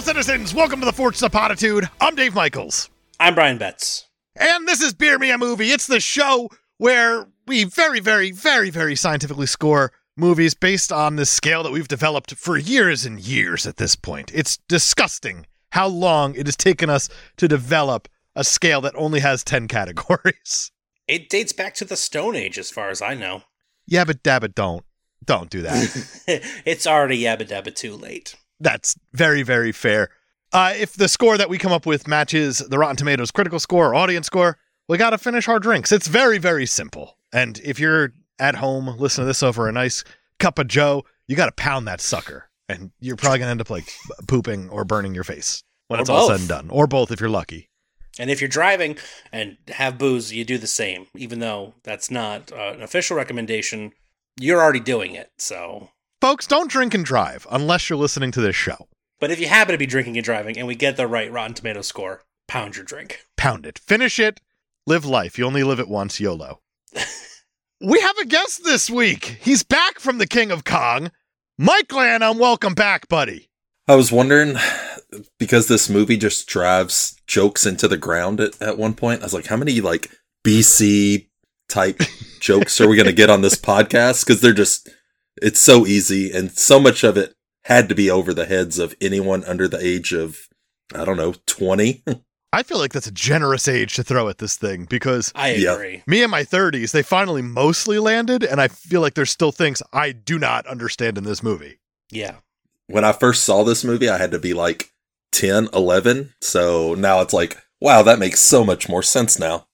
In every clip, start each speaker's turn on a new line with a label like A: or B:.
A: citizens, welcome to the Fortress of Potitude. I'm Dave Michaels.
B: I'm Brian Betts.
A: And this is Beer Me a Movie. It's the show where we very, very, very, very scientifically score movies based on this scale that we've developed for years and years at this point. It's disgusting how long it has taken us to develop a scale that only has 10 categories.
B: It dates back to the Stone Age, as far as I know.
A: Yeah, but dabba don't. Don't do that.
B: it's already yabba dabba too late.
A: That's very, very fair. Uh, if the score that we come up with matches the Rotten Tomatoes critical score or audience score, we got to finish our drinks. It's very, very simple. And if you're at home listening to this over a nice cup of Joe, you got to pound that sucker. And you're probably going to end up like b- pooping or burning your face when
B: Or
A: it's all said
B: both.
A: and done, or both if you're lucky.
B: And if you're driving and have booze, you do the same, even though that's not uh, an official recommendation. You're already doing it, so.
A: Folks, don't drink and drive unless you're listening to this show.
B: But if you happen to be drinking and driving and we get the right Rotten Tomato score, pound your drink.
A: Pound it, finish it, live life. You only live it once, YOLO. we have a guest this week. He's back from the King of Kong. Mike Lanham, welcome back, buddy.
C: I was wondering because this movie just drives jokes into the ground at, at one point. I was like, how many like BC type jokes are we going to get on this podcast? Because they're just, it's so easy. And so much of it had to be over the heads of anyone under the age of, I don't know, 20.
A: I feel like that's a generous age to throw at this thing because
B: I
C: Yeah.
B: agree.
A: me and my 30s, they finally mostly landed, and I feel like there's still things I do not understand in this movie.
B: Yeah.
C: when I first saw this movie, I had to be like 10, 11. So now it's like, wow, that makes so much more sense now.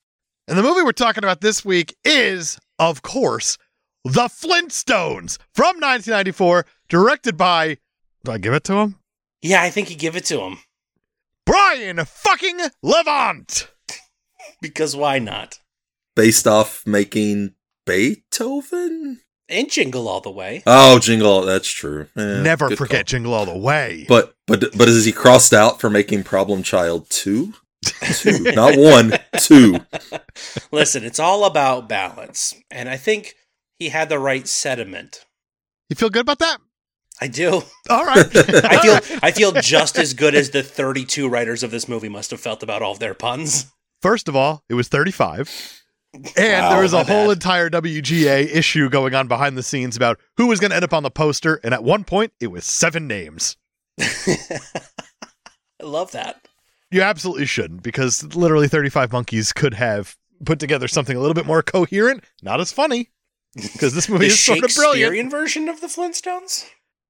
A: And the movie we're talking about this week is, of course, The Flintstones from 1994, directed by. Do I give it to him?
B: Yeah, I think you give it to him.
A: Brian fucking Levant!
B: Because why not?
C: Based off making Beethoven?
B: And jingle all the way.
C: Oh, Jingle, that's true. Eh,
A: Never
C: good
A: forget Jingle All the Way.
C: call. But but but is he crossed out for making Problem Child two? Two, not one, two.
B: Listen, it's all about balance. And I think he had the right sediment.
A: you feel good about that?
B: I do.
A: All right.
B: I feel I feel just as good as the 32 writers of this movie must have felt about all of their puns.
A: First of all, it was 35. And
C: Wow,
A: there was a
B: my
A: whole
B: bad.
A: entire WGA issue going on behind the scenes about who was going to end up on the poster. And at one point, it was seven names.
B: I love that.
A: You absolutely shouldn't, because literally 35 Monkeys could have put together something a little bit more coherent, not as funny, because this movie
B: The
A: is sort of brilliant.
B: Shakespearean version of the Flintstones?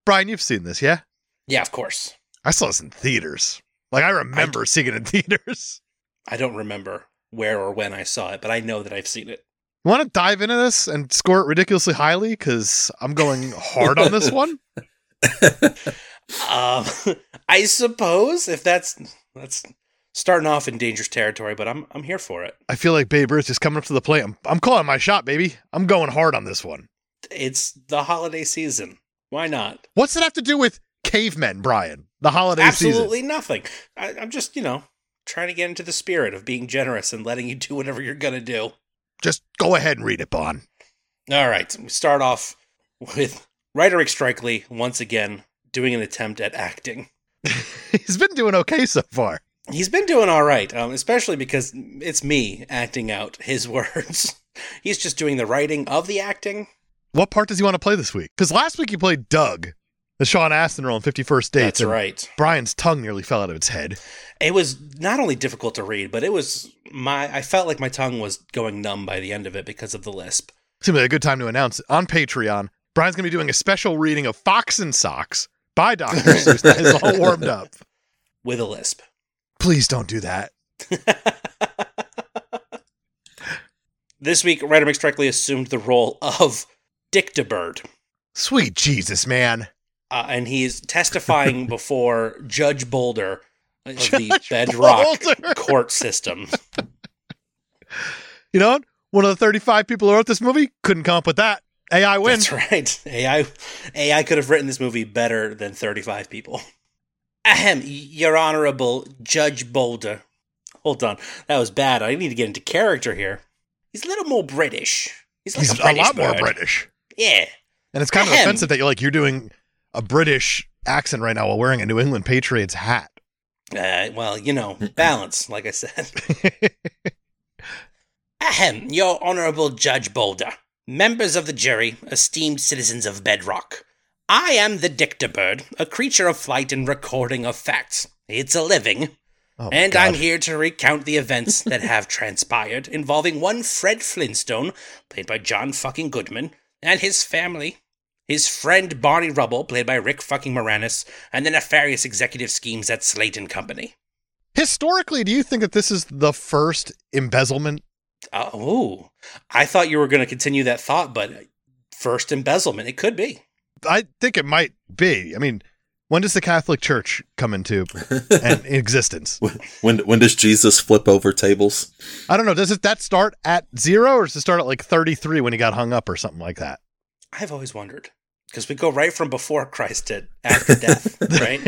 A: Brian, you've seen this, yeah?
B: Yeah, of course.
A: I saw this in theaters. Like, I remember seeing it in theaters.
B: I don't remember where or when I saw it, but I know that I've seen it.
A: You want to dive into this and score it ridiculously highly? Because I'm going hard on this one.
B: Um, I suppose if that's that's starting off in dangerous territory, but I'm I'm here for it.
A: I feel like Babe Ruth is coming up to the plate. I'm, I'm calling my shot, baby. I'm going hard on this one.
B: It's the holiday season. Why not?
A: What's it have to do with cavemen, Brian? The holiday season.
B: absolutely nothing. I, I'm just, you know, trying to get into the spirit of being generous and letting you do whatever you're going to do.
A: Just go ahead and read it, Bon.
B: All right, we start off with writer Rick Strikely once again doing an attempt at acting.
A: He's been doing okay so far.
B: He's been doing all right, um, especially because it's me acting out his words. He's just doing the writing of the acting.
A: What part does he want to play this week? Because last week he played Doug, the Sean Astin role in 51st Dates.
B: That's
A: and
B: right.
A: Brian's tongue nearly fell out of its head.
B: It was not only difficult to read, but it was my. I felt like my tongue was going numb by the end of it because of the lisp.
A: Seems like a good time to announce it. on Patreon. Brian's going to be doing a special reading of Fox and Socks by Dr. Seuss that is all warmed up.
B: With a lisp.
A: Please don't do that.
B: this week, writer McStrikely assumed the role of Dictabird,
A: Sweet Jesus, man.
B: uh, and he is testifying before Judge Boulder of the Bedrock
A: Boulder.
B: court system.
A: You know, what? one of the 35 people who wrote this movie couldn't come up with that. AI wins.
B: That's right. AI, AI could have written this movie better than 35 people. Ahem, Your Honorable Judge Boulder. Hold on, that was bad. I need to get into character here. He's a little more British. He's, like
A: He's
B: a,
A: a,
B: British
A: lot more
B: bird.
A: British.
B: Yeah.
A: And it's kind of
B: Ahem.
A: offensive that you're like, you're doing a British accent right now while wearing a New England Patriots hat.
B: Uh, well, you know, balance, like I said.
A: Oh
B: Ahem, Your Honorable Judge Boulder, members of the jury, esteemed citizens of Bedrock. I am the Dictabird, a creature of flight and recording of facts. It's a living,
A: Oh,
B: and
A: God.
B: I'm here to recount the events that have transpired involving one Fred Flintstone, played by John fucking Goodman, and his family, his friend Barney Rubble, played by Rick fucking Moranis, and the nefarious executive schemes at Slate and Company.
A: Historically, do you think that this is the first embezzlement?
B: Uh, oh, I thought you were going to continue that thought, but uh, first embezzlement, it could be.
A: I think it might be. I mean, when does the Catholic Church come into an existence?
C: When when does Jesus flip over tables?
A: I don't know. Does it that start at zero, or does it start at like thirty three when he got hung up, or something like that?
B: I've always wondered because we go right from before Christ to after death, right?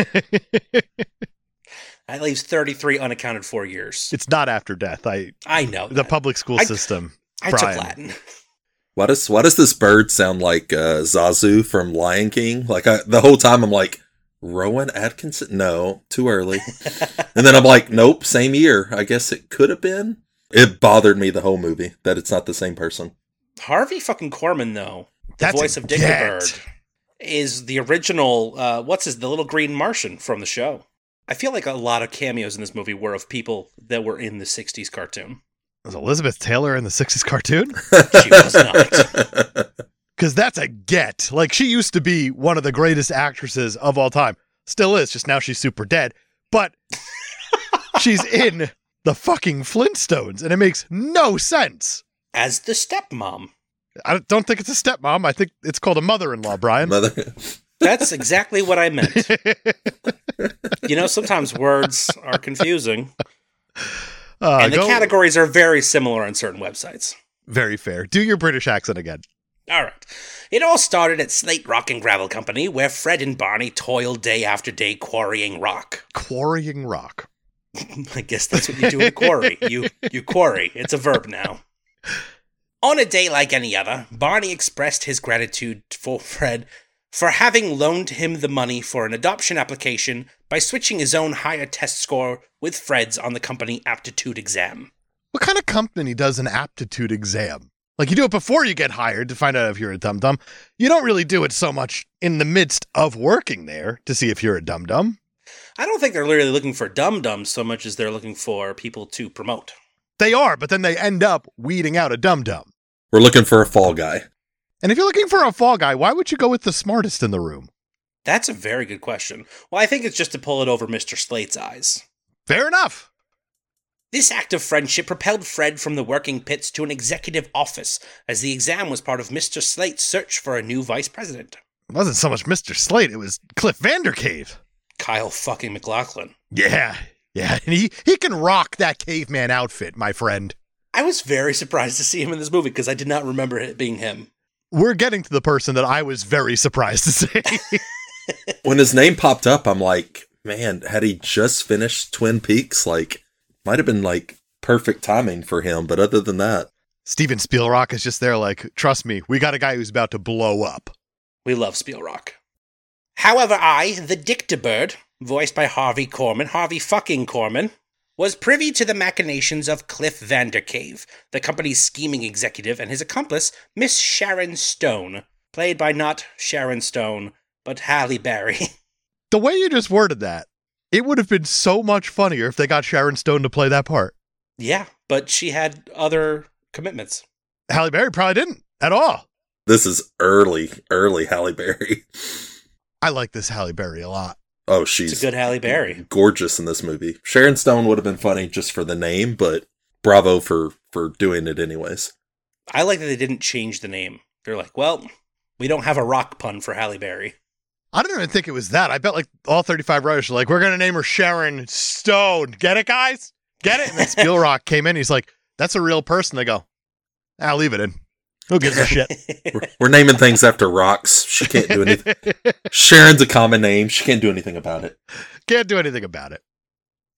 B: That leaves 33 unaccounted for years.
A: it's not after death. I
B: I know.
A: the
B: that.
A: public school
B: I-
A: system.
B: I took
A: Brian.
B: Latin.
C: Why does why does this bird sound like uh, Zazu from Lion King? Like I, the whole time I'm like Rowan Atkinson. No, too early. and then I'm like, nope, same year. I guess it could have been. It bothered me the whole movie that it's not the same person.
B: Harvey fucking Corman, though, the
A: That's a
B: voice of
A: get.
B: Dictabird, is the original. Uh, what's his? The little green Martian from the show. I feel like a lot of cameos in this movie were of people that were in the '60s cartoon.
A: Was Elizabeth Taylor in the sixties cartoon?
B: She was
C: not.
A: Because that's a get. Like she used to be one of the greatest actresses of all time. Still is. Just now she's super dead. But she's in the fucking Flintstones, and it makes no sense.
B: As the stepmom.
A: I don't think it's a stepmom. I think it's called a mother-in-law, Brian.
C: Mother.
B: That's exactly what I meant. You know, sometimes words are confusing,
A: Uh,
B: and the
A: go-
B: categories are very similar on certain websites.
A: Very fair. Do your British accent again.
B: All right. It all started at Slate Rock and Gravel Company, where Fred and Barney toiled day after day quarrying rock.
A: Quarrying rock.
B: I guess that's what you do in a quarry. You you quarry. It's a verb now. On a day like any other, Barney expressed his gratitude for Fred for having loaned him the money for an adoption application by switching his own higher test score with Fred's on the company aptitude exam.
A: What kind of company does an aptitude exam? Like you do it before you get hired to find out if you're a dum dum. You don't really do it so much in the midst of working there to see if you're a dum dum.
B: I don't think they're really looking for dum dums so much as they're looking for people to promote.
A: They are, but then they end up weeding out a dum dum.
C: We're looking for a fall guy.
A: And if you're looking for a fall guy, why would you go with the smartest in the room?
B: That's a very good question. Well, I think it's just to pull it over Mr. Slate's eyes.
A: Fair enough.
B: This act of friendship propelled Fred from the working pits to an executive office, as the exam was part of Mr. Slate's search for a new vice president.
A: It wasn't so much Mr. Slate, it was Cliff Vandercave.
B: Kyle fucking McLaughlin.
A: Yeah. Yeah. And he, he can rock that caveman outfit, my friend.
B: I was very surprised to see him in this movie because I did not remember it being him.
A: We're getting to the person that I was very surprised to see.
C: When his name popped up, I'm like, man, had he just finished Twin Peaks, like, might have been like perfect timing for him. But other than that,
A: Steven Spielrock is just there, like, trust me, we got a guy who's about to blow up.
B: We love Spielrock. However, I, the Dictabird, voiced by Harvey Corman, Harvey fucking Corman, was privy to the machinations of Cliff Vandercave, the company's scheming executive, and his accomplice, Miss Sharon Stone, played by not Sharon Stone, but Halle Berry.
A: The way you just worded that, it would have been so much funnier if they got Sharon Stone to play that part.
B: yeah, but she had other commitments.
A: Halle Berry probably didn't at all.
C: this is early, early Halle Berry.
A: I like this Halle Berry a lot.
C: Oh,
B: It's a
C: she's
B: good Halle Berry.
C: gorgeous in this movie. Sharon Stone would have been funny just for the name, but bravo for for doing it anyways.
B: I like that they didn't change the name. They're like, well, we don't have a rock pun for Halle Berry.
A: I don't even think it was that. I bet like all 35 writers are like, we're going to name her Sharon Stone. Get it, guys? Get it? And then Spielrock came in. He's like, that's a real person. They go, I'll leave it in. Who gives a shit?
C: We're, we're naming things after rocks. She can't do anything. Sharon's a common name. She can't do anything about it.
A: Can't do anything about it.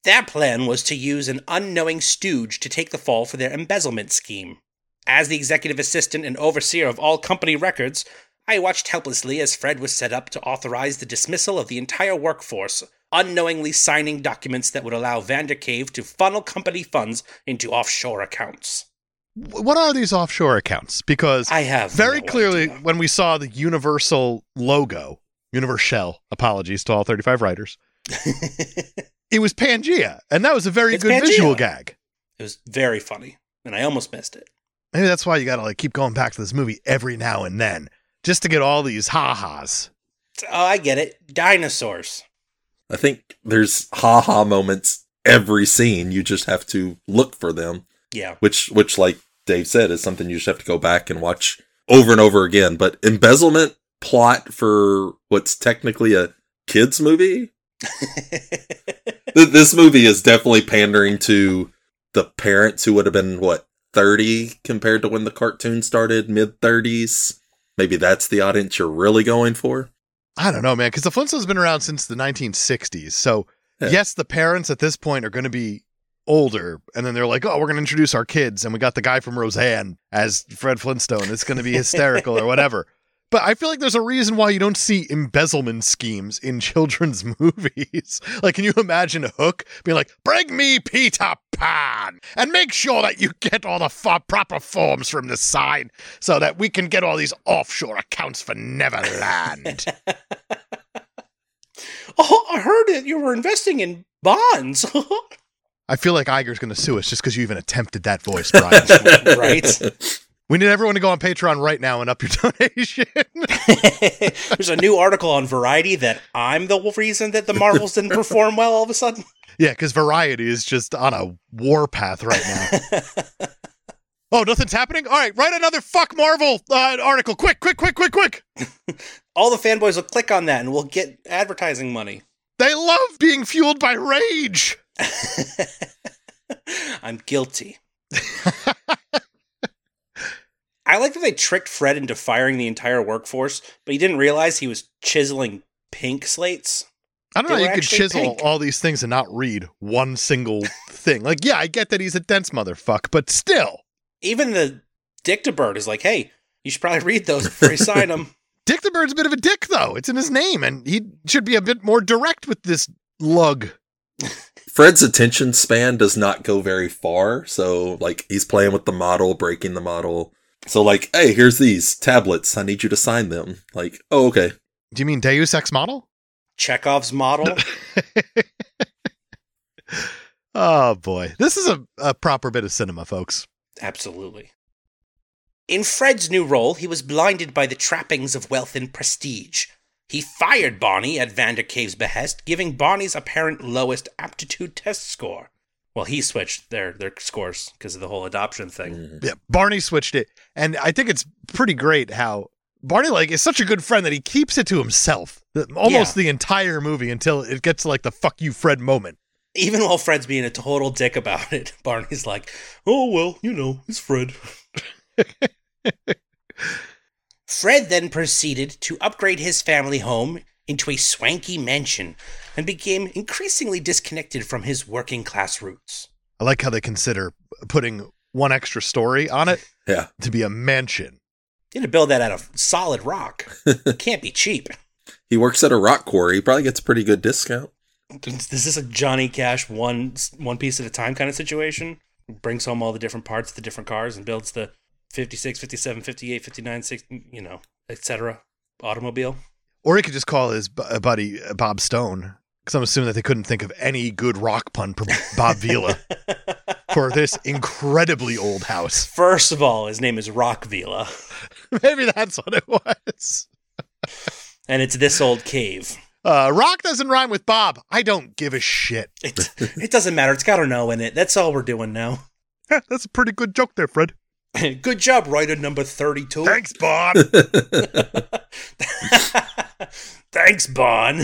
B: Their plan was to use an unknowing stooge to take the fall for their embezzlement scheme. As the executive assistant and overseer of all company records, I watched helplessly as Fred was set up to authorize the dismissal of the entire workforce unknowingly signing documents that would allow Vandercave to funnel company funds into offshore accounts.
A: Wh- What are these offshore accounts? Because
B: I have
A: very
B: no
A: clearly,
B: idea.
A: when we saw the Universal logo, Universal, apologies to all 35 writers,
B: it
A: it was Pangea. And that was a very
B: It's
A: good visual
B: Pangea.
A: gag.
B: was very funny, and I almost missed it.
A: Maybe that's why you got to like keep going back to this movie every now and then just to get all these ha ha's.
B: Oh, I get it. Dinosaurs.
C: I think there's ha ha moments every scene. You just have to look for them,
B: Yeah.
C: which which like Dave said is something you just have to go back and watch over and over again. But embezzlement plot for what's technically a kids movie. Th- This movie is definitely pandering to the parents who would have been what 30 compared to when the cartoon started, mid 30s. Maybe that's the audience you're really going for.
A: I don't know, man, because the Flintstones been around since the 1960s. So,
C: Yeah.
A: yes, the parents at this point are going to be older. And then they're like, oh, we're going to introduce our kids. And we got the guy from Roseanne as Fred Flintstone. It's going to be hysterical or whatever. But I feel like there's a reason why you don't see embezzlement schemes in children's movies. like, can you imagine Hook being like, bring me Peter Pan and make sure that you get all the fo- proper forms from the sign so that we can get all these offshore accounts for Neverland?
B: oh, I heard that you were investing in bonds.
A: I feel like Iger's going to sue us just because you even attempted that voice, Brian.
B: Right?
A: we need everyone to go on Patreon right now and up your donation.
B: There's a new article on Variety that I'm the reason that the Marvels didn't perform well all of a sudden.
A: yeah, because Variety is just on a warpath right now. oh, nothing's happening? All right, write another fuck Marvel uh, article. Quick, quick, quick, quick, quick.
B: All the fanboys will click on that and we'll get advertising money.
A: They love being fueled by rage.
B: I'm guilty. I like that they tricked Fred into firing the entire workforce, but he didn't realize he was chiseling pink slates.
A: I don't
B: They
A: know.
B: were
A: how You could
B: actually
A: chisel
B: pink.
A: all these things and not read one single thing. Like, yeah, I get that he's a dense motherfucker, but still.
B: Even the Dictabird is like, hey, you should probably read those before you sign them.
A: Dick the Bird's a bit of a dick, though. It's in his name, and he should be a bit more direct with this lug.
C: Fred's attention span does not go very far. So, like, he's playing with the model, breaking the model. So, like, hey, here's these tablets. I need you to sign them. Like, oh, okay.
A: Do you mean Deus Ex model?
B: Chekhov's model.
A: Oh, boy. This is a, a proper bit of cinema, folks.
B: Absolutely. In Fred's new role, he was blinded by the trappings of wealth and prestige. He fired Bonnie at Vandercave's behest, giving Bonnie's apparent lowest aptitude test score. Well, he switched their their scores because of the whole adoption thing.
C: Mm.
A: Yeah, Barney switched it, and I think it's pretty great how Barney like is such a good friend that he keeps it to himself the- almost the entire movie until it gets to like the "fuck you, Fred" moment.
B: Even while Fred's being a total dick about it, Barney's like, "Oh well, you know, it's Fred." Fred then proceeded to upgrade his family home into a swanky mansion and became increasingly disconnected from his working class roots.
A: I like how they consider putting one extra story on it
C: Yeah.
A: to be a mansion.
B: You had to build that out of solid rock. It can't be cheap.
C: He works at a rock quarry. He probably gets a pretty good discount.
B: Is this a Johnny Cash one one piece at a time kind of situation? Brings home all the different parts, the different cars, and builds the 56, 57, 58, 59, 60, you know, etc. automobile.
A: Or he could just call his bu- uh, buddy uh, Bob Stone, because I'm assuming that they couldn't think of any good rock pun for Bob Vila for this incredibly old house.
B: First of all, his name is Rock Vila,
A: Maybe that's what it was.
B: and it's this old cave.
A: Uh, rock doesn't rhyme with Bob. I don't give a shit.
B: It, it doesn't matter. It's got an O in it. That's all we're doing now.
A: Yeah, that's a pretty good joke there, Fred.
B: Good job, writer number 32.
A: Thanks, Bob.
B: Thanks, Bon.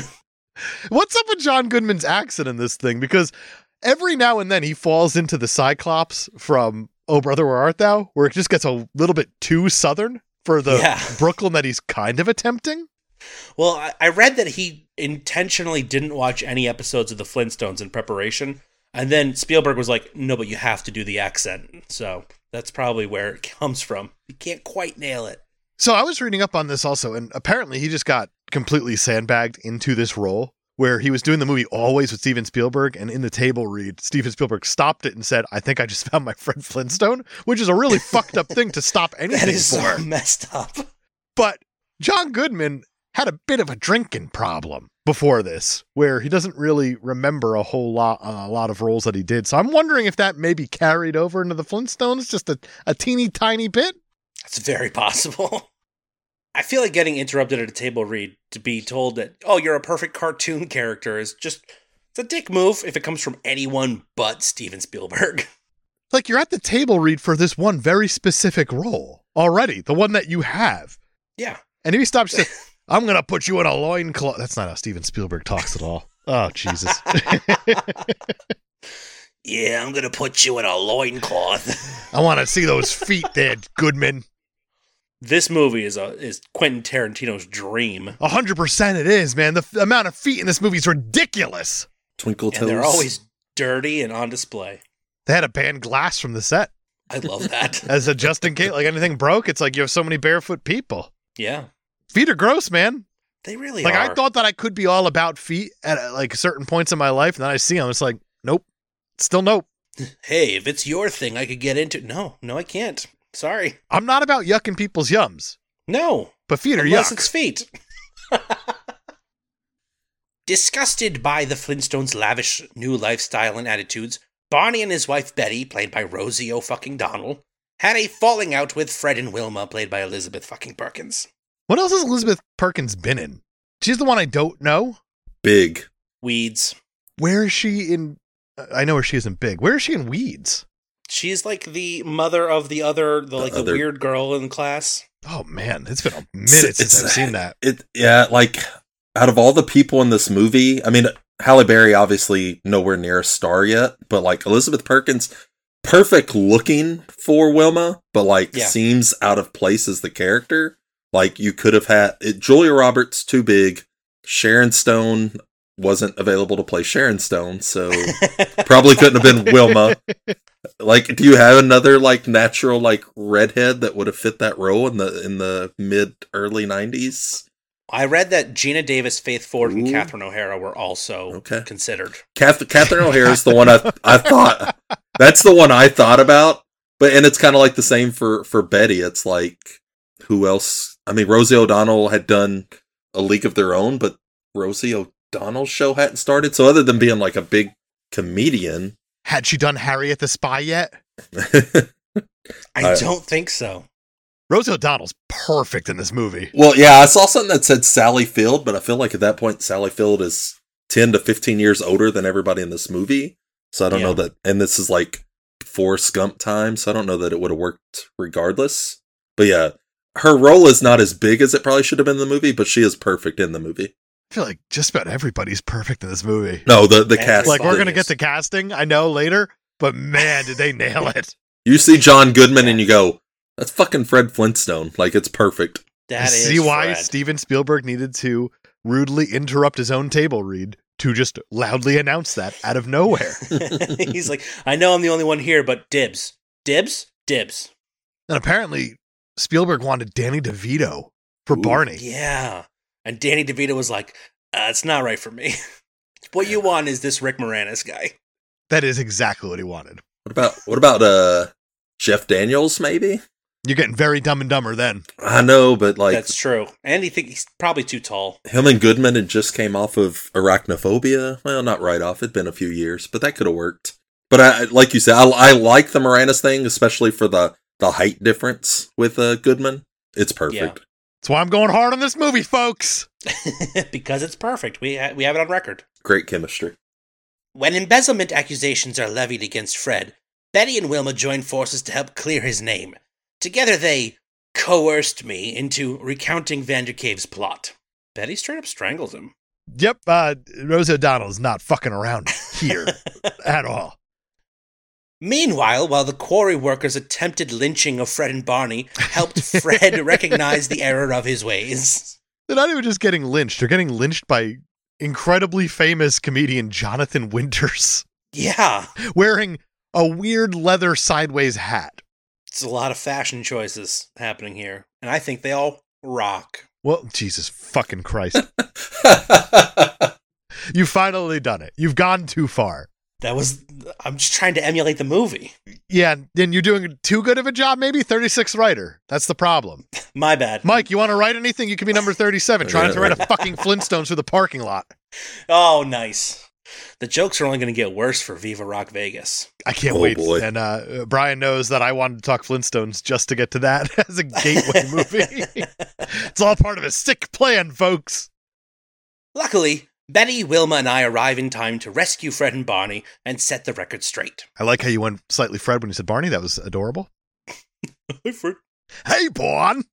A: What's up with John Goodman's accent in this thing? Because every now and then he falls into the Cyclops from Oh Brother Where Art Thou, where it just gets a little bit too southern for the
B: Yeah.
A: Brooklyn that he's kind of attempting.
B: Well, I, I read that he intentionally didn't watch any episodes of the Flintstones in preparation. And then Spielberg was like, no, but you have to do the accent. So that's probably where it comes from. You can't quite nail it.
A: So I was reading up on this also, and apparently he just got completely sandbagged into this role where he was doing the movie always with Steven Spielberg, and in the table read, Steven Spielberg stopped it and said, "I think I just found my friend Flintstone," which is a really fucked up thing to stop anything
B: That is
A: for.
B: so messed up.
A: But John Goodman had a bit of a drinking problem before this, where he doesn't really remember a whole lot a lot of roles that he did. So I'm wondering if that maybe carried over into the Flintstones just a, a teeny tiny bit.
B: That's very possible. I feel like getting interrupted at a table read to be told that, oh, you're a perfect cartoon character is just it's a dick move if it comes from anyone but Steven Spielberg.
A: Like you're at the table read for this one very specific role already, the one that you have.
B: Yeah.
A: And if he stops, just, I'm gonna put you in a loincloth. That's not how Steven Spielberg talks at all. Oh Jesus.
B: Yeah, I'm gonna put you in a loincloth.
A: I wanna see those feet there, Goodman.
B: this movie is a is Quentin Tarantino's dream.
A: A hundred percent it is, man. The f- amount of feet in this movie is ridiculous.
C: Twinkle toes.
B: And they're always dirty and on display.
A: They had to ban glass from the set
B: I love that.
A: as a just in case, like anything broke. It's like you have so many barefoot people.
B: yeah.
A: Feet are gross, man.
B: They really
A: like
B: are.
A: I thought that I could be all about feet at uh, like certain points in my life, and then I see them. It's like, nope, still nope.
B: hey, if it's your thing I could get into No, no, I can't. Sorry.
A: I'm not about yucking people's yums,
B: No.
A: but feet are
B: Unless
A: yuck.
B: it's feet. Disgusted by the Flintstones' lavish new lifestyle and attitudes, Barney and his wife Betty, played by Rosie O'Fucking Donald, had a falling out with Fred and Wilma, played by Elizabeth Fucking Perkins.
A: What else has Elizabeth Perkins been in? She's the one I don't know.
C: big.
B: Weeds.
A: Where is she in? uh, I know where she isn't big. Where is she in Weeds?
B: She's like the mother of the other, the like the
C: other-
B: weird girl in class.
A: Oh man, it's been a minute
C: It's-
A: since I've
C: it's-
A: seen that.
C: It yeah, like out of all the people in this movie, I mean Halle Berry obviously nowhere near a star yet, but like Elizabeth Perkins, perfect looking for Wilma, but like
B: Yeah.
C: seems out of place as the character. Like you could have had it, Julia Roberts too big, Sharon Stone wasn't available to play Sharon Stone, so probably couldn't have been Wilma. Like, do you have another like natural like redhead that would have fit that role in the in the mid early nineties?
B: I read that Gina Davis, Faith Ford, and
C: Ooh.
B: Catherine O'Hara were also
C: Okay.
B: considered.
C: Kath- Catherine O'Hara is the one I I thought that's the one I thought about. But and it's kind of like the same for for Betty. It's like who else? I mean, Rosie O'Donnell had done a League of Their Own, but Rosie O'Donnell's show hadn't started. So other than being like a big comedian,
A: Had she done Harriet the Spy yet?
B: I
C: I-
B: don't think so.
A: Rosie O'Donnell's perfect in this movie.
C: Well, yeah, I saw something that said Sally Field, but I feel like at that point Sally Field is ten to fifteen years older than everybody in this movie. So I don't
B: Yeah.
C: know that, and this is like Forrest Gump time, so I don't know that it would have worked regardless. But yeah, her role is not as big as it probably should have been in the movie, but she is perfect in the movie.
A: I feel like just about everybody's perfect in this movie.
C: No, the the
B: Yeah,
C: cast.
A: like we're
C: the-
A: gonna get to casting, I know later, but man, did they nail it!
C: you see John Goodman and you go, "That's fucking Fred Flintstone." Like it's perfect.
A: I
B: That is
A: See why
B: Fred.
A: Steven Spielberg needed to rudely interrupt his own table read to just loudly announce that out of nowhere.
B: He's like, I know I'm the only one here, but dibs, dibs, dibs
A: and apparently, Spielberg wanted Danny DeVito for
C: Ooh,
A: Barney.
B: Yeah. And Danny DeVito was like, uh, "It's not right for me. what you want is this Rick Moranis guy."
A: That is exactly what he wanted.
C: What about what about uh Jeff Daniels? Maybe
A: You're getting very dumb and dumber then.
C: I know, but like
B: That's true. And he think he's probably too tall.
C: Him and Goodman had just came off of Arachnophobia. Well, not right off. It'd been a few years, but that could have worked. But I, like you said, I, I like the Moranis thing, especially for the the height difference with uh, Goodman. It's perfect.
A: That's why I'm going hard on this movie, folks.
B: because it's perfect. We ha- we have it on record.
C: Great chemistry.
B: When embezzlement accusations are levied against Fred, Betty and Wilma join forces to help clear his name. Together they coerced me into recounting Vandercave's plot. Betty straight up strangles him.
A: Yep, uh, Rosie O'Donnell's not fucking around here at all.
B: Meanwhile, while the quarry workers' attempted lynching of Fred and Barney helped Fred recognize the error of his ways.
A: They're not even just getting lynched. They're getting lynched by incredibly famous comedian Jonathan Winters
B: Yeah,
A: wearing a weird leather sideways hat.
B: it's a lot of fashion choices happening here, and I think they all rock.
A: Well, Jesus fucking Christ. You've finally done it. You've gone too far.
B: That was. I'm just trying to emulate the movie.
A: Yeah, then you're doing too good of a job, maybe? 36th writer. That's the problem.
B: My bad.
A: Mike, you want to write anything? You can be number 37, trying to write a fucking Flintstones through the parking lot.
B: Oh, nice. The jokes are only going to get worse for Viva Rock Vegas.
A: I can't
C: Oh,
A: wait.
C: boy.
A: And uh, Brian knows that I wanted to talk Flintstones just to get to that as a gateway movie. it's all part of a sick plan, folks.
B: Luckily, Betty, Wilma, and I arrive in time to rescue Fred and Bonnie and set the record straight.
A: I like how you went slightly Fred when you said Barney. That was adorable.
B: the
A: Hey, Bon.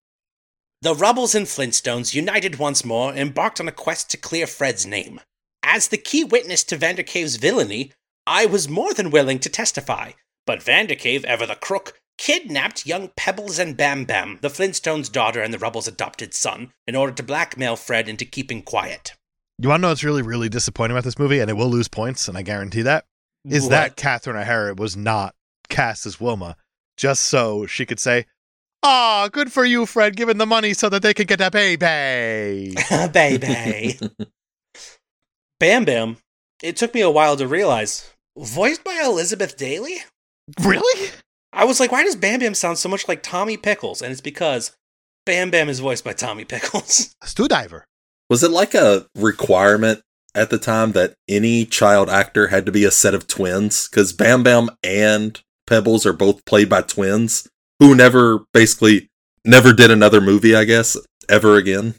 B: Rubbles and Flintstones, united once more, embarked on a quest to clear Fred's name. As the key witness to Vandercave's villainy, I was more than willing to testify, but Vandercave, ever the crook, kidnapped young Pebbles and Bam Bam, the Flintstones' daughter and the Rubbles' adopted son, in order to blackmail Fred into keeping quiet.
A: You want to know what's really, really disappointing about this movie? And it will lose points, and I guarantee that. Is that Catherine O'Hara was not cast as Wilma just so she could say, Ah, good for you, Fred, giving the money so that they could get a baby.
B: baby. Bam Bam. It took me a while to realize. Voiced by Elizabeth Daly?
A: really?
B: I was like, why does Bam Bam sound so much like Tommy Pickles? And it's because Bam Bam is voiced by Tommy Pickles.
A: Stu Diver.
C: Was it like a requirement at the time that any child actor had to be a set of twins? Because Bam Bam and Pebbles are both played by twins who never basically never did another movie, I guess, ever again.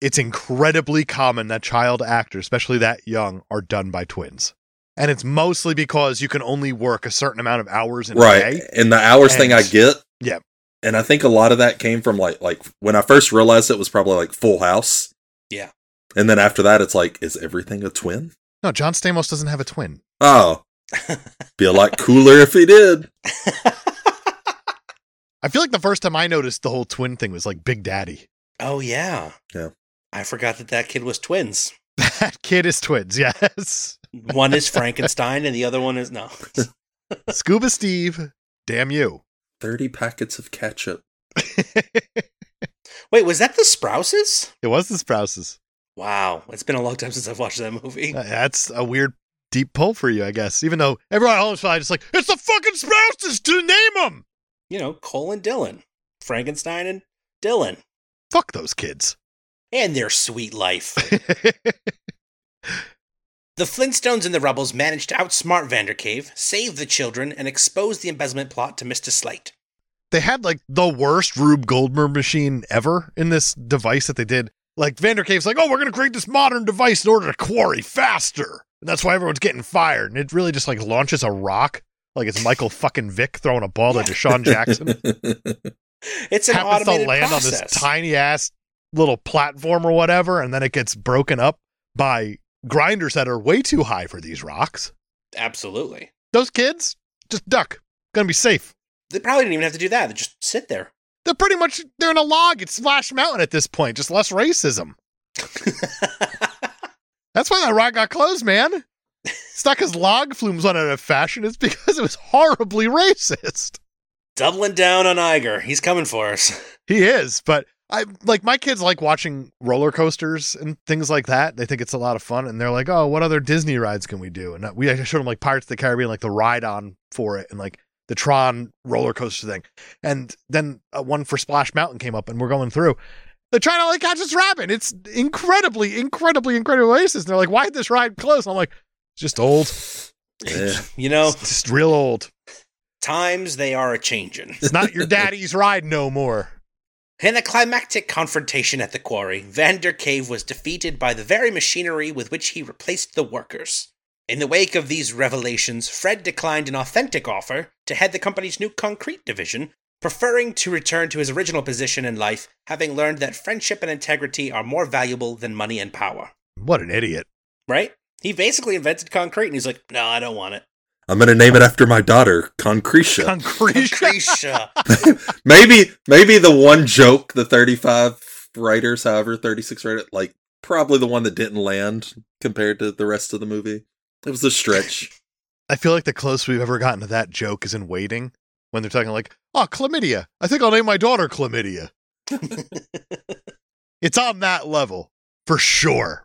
A: It's incredibly common that child actors, especially that young, are done by twins. And it's mostly because you can only work a certain amount of hours in
C: right.
A: a day.
C: And the hours thing I
A: And-
C: get.
A: Yeah.
C: And I think a lot of that came from like like when I first realized it was probably like Full House.
B: Yeah.
C: And then after that it's like, is everything a twin?
A: No, John Stamos doesn't have a twin.
C: Oh. be a lot cooler if he did.
A: I feel like the first time I noticed the whole twin thing was like Big Daddy.
B: oh, yeah.
C: Yeah.
B: I forgot that that kid was twins.
A: That kid is twins, yes.
B: One is Frankenstein and the other one is. No.
A: Scuba Steve, damn you.
C: Thirty packets of ketchup.
A: it
B: Wait, was that the Sprouses?
A: was the Sprouses.
B: Wow. It's been a long time since I've watched that movie.
A: Uh, That's a weird deep pull for you, I guess. Even though everyone at home is probably just like, it's the fucking Sprouses to name them.
B: You know, Cole and Dylan. Frankenstein and Dylan.
A: Fuck those kids.
B: And their sweet life. The Flintstones and the Rubbles managed to outsmart Vandercave, save the children, and expose the embezzlement plot to Mr. Slate.
A: they had like the worst Rube Goldberg machine ever in this device that they did. Like Vandercave's like, oh, we're gonna create this modern device in order to quarry faster, and that's why everyone's getting fired. And it really just like launches a rock, like it's Michael fucking Vick throwing a ball to Deshaun Jackson.
B: It's an
A: happens to
B: automated
A: land
B: process.
A: on this tiny ass little platform or whatever, and then it gets broken up by grinders that are way too high for these rocks.
B: Absolutely.
A: Those kids just duck. Gonna be safe.
B: They probably didn't even have to do that. They just sit there.
A: They're pretty much they're in a log. It's Splash Mountain at this point. Just less racism. That's why that rock got closed, man. It's not because log flumes went out of fashion. It's because it was horribly racist.
B: Doubling down on Iger. He's coming for us.
A: He is, but I like my kids like watching roller coasters and things like that. They think it's a lot of fun, and they're like, "Oh, what other Disney rides can we do?" And uh, we I showed them like Pirates of the Caribbean, like the ride on for it, and like the Tron roller coaster thing, and then uh, one for Splash Mountain came up, and we're going through. They're trying to like catch this rabbit. It's incredibly, incredibly, incredibly racist. And they're like, "Why did this ride close?" I'm like, "It's just old.
C: Yeah.
B: You know,
A: It's just real old.
B: times they are a changin'.
A: It's not your daddy's ride no more."
B: In the climactic confrontation at the quarry, Vandercave was defeated by the very machinery with which he replaced the workers. In the wake of these revelations, Fred declined an authentic offer to head the company's new concrete division, preferring to return to his original position in life, having learned that friendship and integrity are more valuable than money and power.
A: What an idiot.
B: Right? He basically invented concrete and he's like, no, I don't want it.
C: I'm gonna name it after my daughter, Concretia.
A: Concrete.
B: Concretia.
C: maybe, maybe the one joke the 35 writers, however 36 writer, like probably the one that didn't land compared to the rest of the movie. It was a stretch.
A: I feel like the closest we've ever gotten to that joke is in waiting when they're talking like, "Oh, chlamydia. I think I'll name my daughter chlamydia." it's on that level for sure.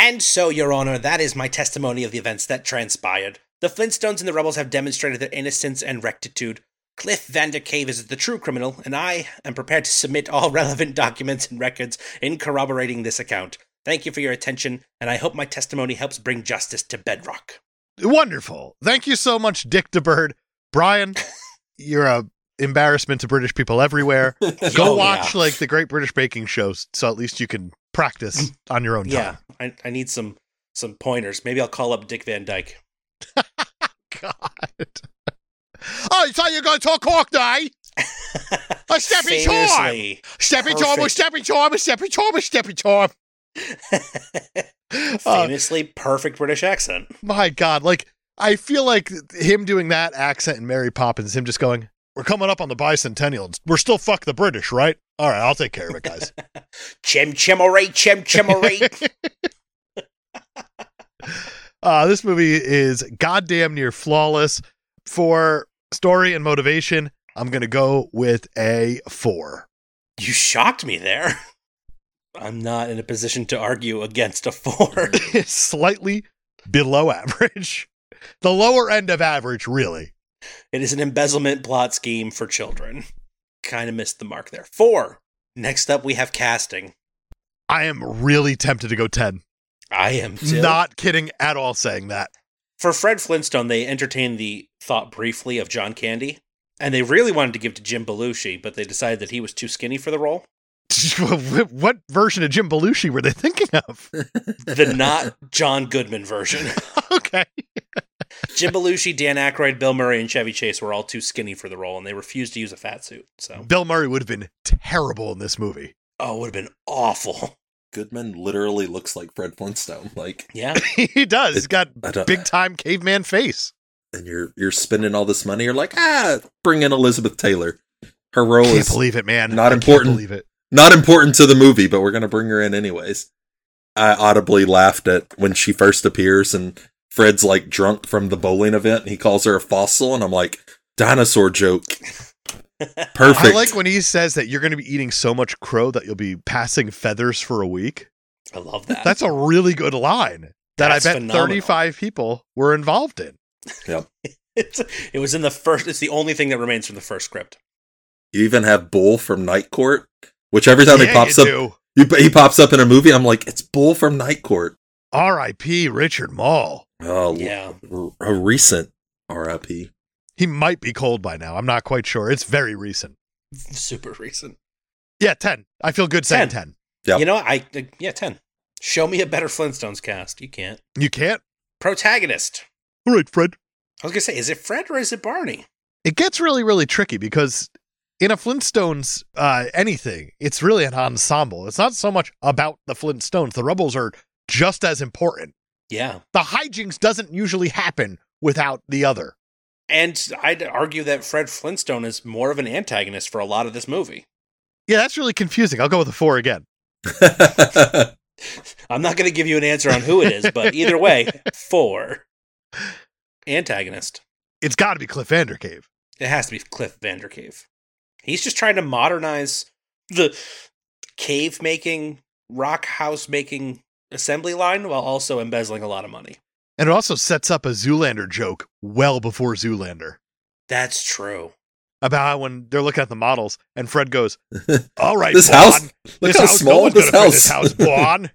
B: And so, Your Honor, that is my testimony of the events that transpired. The Flintstones and the rebels have demonstrated their innocence and rectitude. Cliff Vandercave is the true criminal, and I am prepared to submit all relevant documents and records in corroborating this account. Thank you for your attention, and I hope my testimony helps bring justice to Bedrock.
A: Wonderful. Thank you so much, Dick DeBird. Brian, you're a embarrassment to British people everywhere. Go
B: Oh,
A: watch
B: yeah.
A: like the Great British Baking Show, so at least you can practice on your own time.
B: Mm. Yeah, I, I need some some pointers. Maybe I'll call up Dick Van Dyke.
A: God. Oh, you thought you were going to talk Cork Day? A steppy time!
B: Famously.
A: Steppy time, a
B: Perfect.
A: steppy time, a steppy time, a steppy time. Uh,
B: Famously perfect British accent.
A: my God. Like, I feel like him doing that accent in Mary Poppins, him just going, We're coming up on the bicentennial. and We're still fuck the British, right? All right, I'll take care of it, guys.
B: Chem chemoray, chem chemoray.
A: Uh, this movie is goddamn near flawless. For story and motivation, I'm going to go with a four.
B: you shocked me there. I'm not in a position to argue against a four.
A: Slightly below average. The lower end of average, really.
B: It is an embezzlement plot scheme for children. Kind of missed the mark there. Four. Next up, we have casting.
A: I am really tempted to go 10.
B: I am too.
A: Not kidding at all saying that.
B: for Fred Flintstone. They entertained the thought briefly of John Candy, and they really wanted to give to Jim Belushi, but they decided that he was too skinny for the role.
A: what version of Jim Belushi were they thinking of?
B: The not John Goodman version.
A: okay.
B: Jim Belushi, Dan Aykroyd, Bill Murray, and Chevy Chase were all too skinny for the role, and they refused to use a fat suit.
C: Um,
B: So,
A: Bill Murray would have been terrible in this movie.
B: oh, it would have been awful.
C: Goodman literally looks like Fred Flintstone. Like
B: Yeah.
A: he does. He's got
C: I don't,
A: big time caveman face.
C: and you're you're spending all this money. You're like, ah, bring in Elizabeth Taylor. Her role
A: can't
C: is
A: believe it, man.
C: not
A: I can't
C: important.
A: believe it.
C: not important to the movie, but we're gonna bring her in anyways. I audibly laughed at when she first appears and Fred's like drunk from the bowling event and he calls her a fossil and I'm like, dinosaur joke.
A: I
C: Perfect.
A: like when he says that you're going to be eating so much crow that you'll be passing feathers for a week.
B: I love that.
A: That's a really good line that
B: That's
A: I bet
B: phenomenal.
A: 35 people were involved in.
B: It's, it was in the first. It's the only thing that remains from the first script.
C: you even have Bull from Night Court, which every time he
A: Yeah,
C: pops
A: you
C: up
A: do.
C: you, he pops up in a movie, I'm like, it's Bull from Night Court.
A: R.I.P. Richard Mall.
C: Oh
B: Yeah.
C: l- a recent RIP.
A: He might be cold by now. I'm not quite sure. It's very recent.
B: Super recent.
A: Yeah, 10. I feel good saying 10.
C: Yep.
B: You know, I yeah, ten. Show me a better Flintstones cast. You can't.
A: You can't?
B: Protagonist.
A: All right, Fred.
B: I was gonna say, is it Fred or is it Barney?
A: It gets really, really tricky because in a Flintstones uh, anything, it's really an ensemble. It's not so much about the Flintstones. The Rebels are just as important.
B: Yeah,
A: the hijinks doesn't usually happen without the other.
B: and I'd argue that Fred Flintstone is more of an antagonist for a lot of this movie.
A: Yeah, that's really confusing. I'll go with a four again.
B: I'm not gonna give you an answer on who it is, but either way, four antagonist.
A: It's got to be Cliff Vandercave.
B: It has to be Cliff Vandercave. He's just trying to modernize the cave making, rock house making assembly line while also embezzling a lot of money.
A: And it also sets up a Zoolander joke well before Zoolander
B: That's true.
A: about how when they're looking at the models and Fred goes, All right,
C: This
A: Blonde,
C: house- Look
A: this
C: how
A: house, no
C: small
A: one's
C: this
A: gonna fit
C: house.
A: this house, Blonde.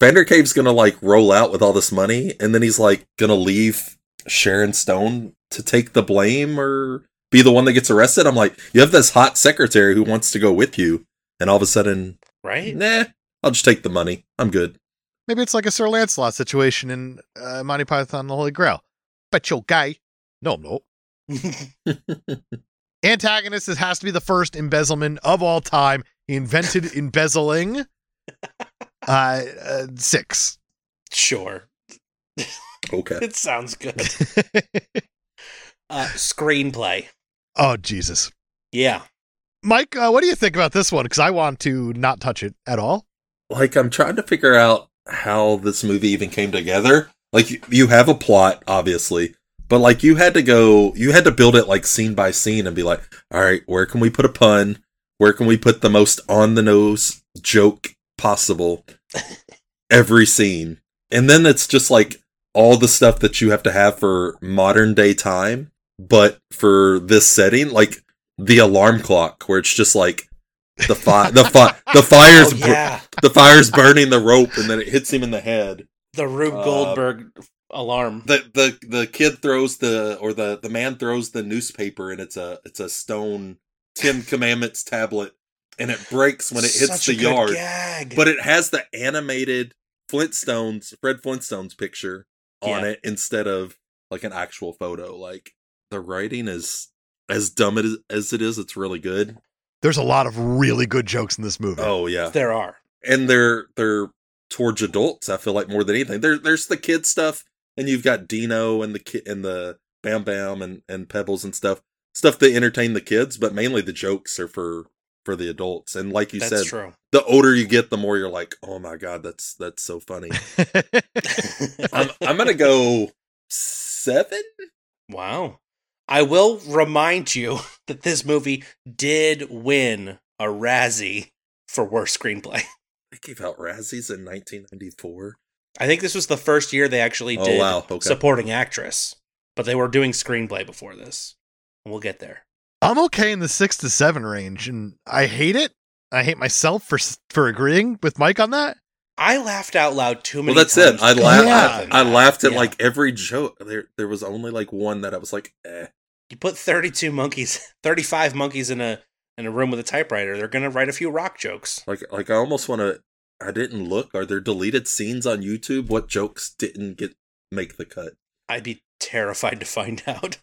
C: Vandercave's gonna like roll out with all this money, and then he's like gonna leave Sharon Stone to take the blame or be the one that gets arrested. I'm like, you have this hot secretary who wants to go with you, and all of a sudden,
B: Right?
C: nah, I'll just take the money. I'm good.
A: Maybe it's like a Sir Lancelot situation in uh, Monty Python and the Holy Grail. But yo, guy. No, no. Antagonist is- has to be the first embezzlement of all time. He invented embezzling. Uh, uh, six.
B: sure.
C: Okay.
B: It sounds good. Uh, screenplay.
A: oh Jesus,
B: Yeah.
A: Mike, uh, what do you think about this one? Because I want to not touch it at all.
C: Like, I'm trying to figure out how this movie even came together. Like, you, you have a plot, obviously, but like, you had to go, you had to build it like scene by scene and be like, all right, where can we put a pun? Where can we put the most on the nose joke possible? every scene. And then it's just like all the stuff that you have to have for modern day time, but for this setting, like the alarm clock, where it's just like the fire, the fire, the fire's,
B: Oh,
C: bur-
B: yeah.
C: the fire's burning the rope, and then it hits him in the head.
B: The Rube
C: Uh,
B: Goldberg alarm.
C: The the the kid throws the or the the man throws the newspaper, and it's a it's a stone Ten Commandments tablet, and it breaks when it hits
B: Such
C: the
B: a good
C: yard.
B: gag.
C: but it has the animated Flintstones, Fred Flintstones picture on
B: Yeah.
C: it instead of like an actual photo. Like the writing is as dumb it is, as it is, it's really good.
A: There's a lot of really good jokes in this movie.
C: Oh yeah,
B: there are.
C: and they're they're towards adults. I feel like more than anything, there there's the kid stuff, and you've got Dino and the kid and the Bam Bam and and Pebbles and stuff stuff that entertain the kids, but mainly the jokes are for for the adults. And like you
B: That's
C: said,
B: true.
C: the older you get, the more you're like, oh my god, that's that's so funny. I'm I'm gonna go seven.
B: wow. I will remind you that this movie did win a Razzie for worst screenplay.
C: They gave out Razzies in 1994.
B: I think this was the first year they actually
C: Oh,
B: did
C: wow. Okay.
B: supporting actress, but they were doing screenplay before this. We'll get there.
A: I'm okay in the six to seven range, and I hate it. I hate myself for s- for agreeing with Mike on that.
B: I laughed out loud too
C: Well,
B: many.
C: that's
B: times
C: it. I
B: to
C: laughed.
B: fathom
C: I, I
B: that.
C: laughed at
B: Yeah.
C: like every joke. There, there was only like one that I was like, eh.
B: you put thirty-two monkeys, thirty-five monkeys in a in a room with a typewriter. They're gonna write a few rock jokes.
C: Like, like I almost want to. I didn't look. Are there deleted scenes on YouTube? What jokes didn't get make the cut?
B: I'd be terrified to find out.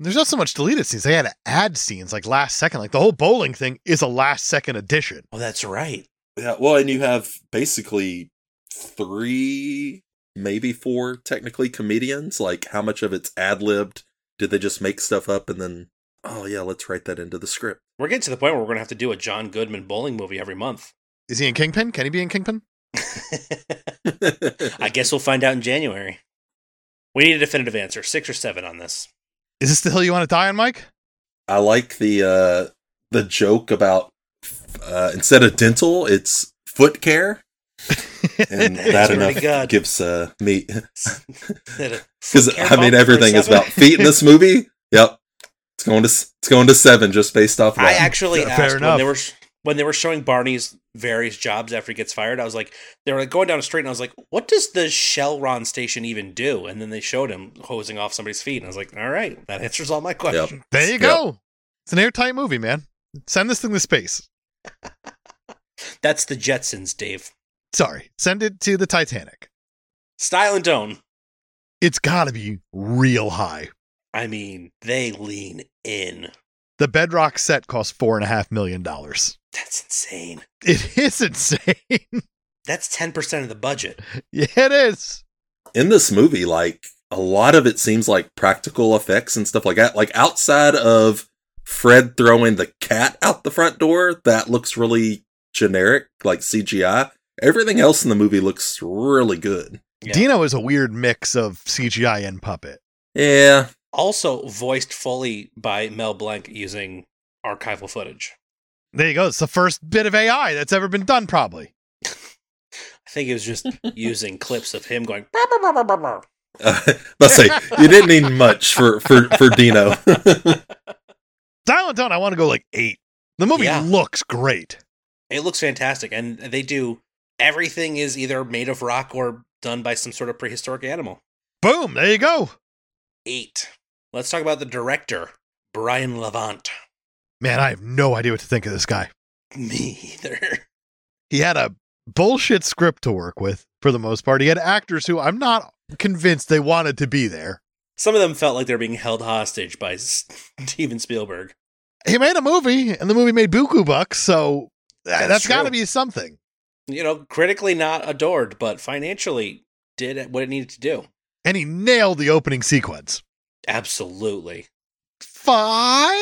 A: There's not so much deleted scenes. They had to add scenes like last second. Like the whole bowling thing is a last second addition.
B: Oh, that's right.
C: Yeah. Well, and you have basically three, maybe four, technically comedians. Like, how much of it's ad libbed? Did they just make stuff up and then? Oh yeah, let's write that into the script.
B: We're getting to the point where we're gonna have to do a John Goodman bowling movie every month.
A: Is he in Kingpin? Can he be in Kingpin?
B: I guess we'll find out in January. We need a definitive answer, six or seven on this.
A: Is this the hill you want to die on, Mike?
C: I like the uh the joke about uh instead of dental, it's foot care, and that
B: That's
C: enough
B: pretty good.
C: gives uh me
B: Because
C: because I mean everything is about feet in this movie. Yep, it's going to s- it's going to seven just based off. Of
B: I
C: that.
B: actually
A: Fair
B: asked when
A: enough.
B: they were when they were showing Barney's various jobs after he gets fired. I was like, they were like going down the street, and I was like, what does the Shellron station even do? And then they showed him hosing off somebody's feet, and I was like, all right, that answers all my questions.
A: There you
C: Yep.
A: go. It's an airtight movie, man. Send this thing to space.
B: That's the Jetsons, Dave.
A: Sorry, send it to the Titanic.
B: Style and tone.
A: It's got to be real high.
B: I mean, they lean in.
A: The Bedrock set cost four and a half million dollars.
B: That's insane.
A: It is insane.
B: That's ten percent of the budget.
A: yeah, it is.
C: in this movie, like a lot of it seems like practical effects and stuff like that. Like outside of Fred throwing the cat out the front door, that looks really generic, like CGI. Everything else in the movie looks really good.
B: Yeah.
A: Dino is a weird mix of CGI and puppet.
C: Yeah,
B: Also voiced fully by Mel Blanc using archival footage.
A: There you go. It's the first bit of AI that's ever been done, probably.
B: I think it was just using clips of him going.
C: uh, I say you didn't need much for for for Dino.
A: Silent Dawn, I want to go like eight. The movie
B: Yeah.
A: looks great.
B: It looks fantastic, and they do everything is either made of rock or done by some sort of prehistoric animal.
A: Boom. There you go.
B: Eight. Let's talk about the director, Brian Levant.
A: Man, I have no idea what to think of this guy.
B: Me either.
A: He had a bullshit script to work with for the most part. He had actors who I'm not convinced they wanted to be there.
B: Some of them felt like they were being held hostage by S- Steven Spielberg.
A: He made a movie, and the movie made buku bucks, so that's, that's got to
B: true.
A: be something.
B: You know, critically not adored, but financially did what it needed to do.
A: And he nailed the opening sequence.
B: Absolutely.
A: Five.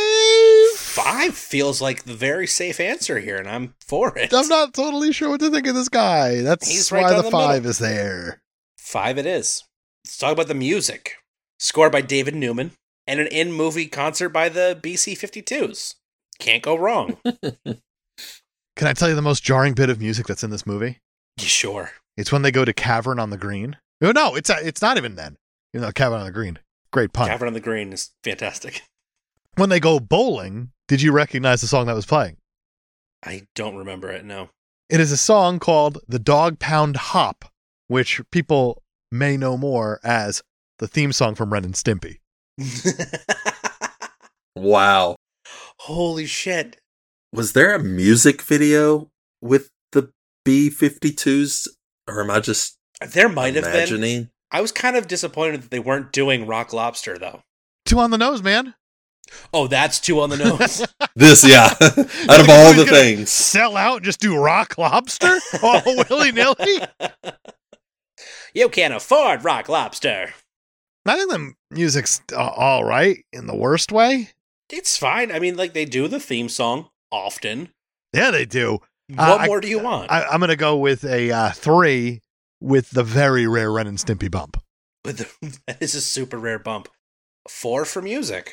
B: Five feels like the very safe answer here, and I'm for it.
A: I'm not totally sure what to think of this guy. That's
B: He's right
A: why
B: down
A: the,
B: the middle.
A: five is there.
B: Five it is. Let's talk about the music. Scored by David Newman and an in movie concert by the BC 52s. Can't go wrong.
A: Can I tell you the most jarring bit of music that's in this movie?
B: You sure?
A: It's when they go to Cavern on the Green. No, no, it's it's not even then. You know, Cavern on the Green. Great pun.
B: Cavern on the Green is fantastic.
A: When they go bowling, did you recognize the song that was playing?
B: I don't remember it. No.
A: It is a song called The Dog Pound Hop, which people may know more as the theme song from Ren and Stimpy.
C: Wow.
B: Holy shit!
C: Was there a music video with the B 52s? Or am I just
B: There might have been.
C: imagining?
B: I was kind of disappointed that they weren't doing Rock Lobster though.
A: Two on the nose, man.
B: Oh, that's two on the nose.
C: This, yeah. Out of
A: think
C: all
A: we
C: the
A: could-
C: things.
A: Sell out, and just do rock lobster all willy nilly.
B: you can't afford Rock Lobster.
A: I think the music's uh, all right in the worst way.
B: It's fine. I mean, like they do the theme song often.
A: Yeah, they do. Uh,
B: What
A: I-
B: more do you want?
A: I, I'm going to go with a uh, three with the very rare Ren and Stimpy bump.
B: But the, that is a super rare bump. Four for music.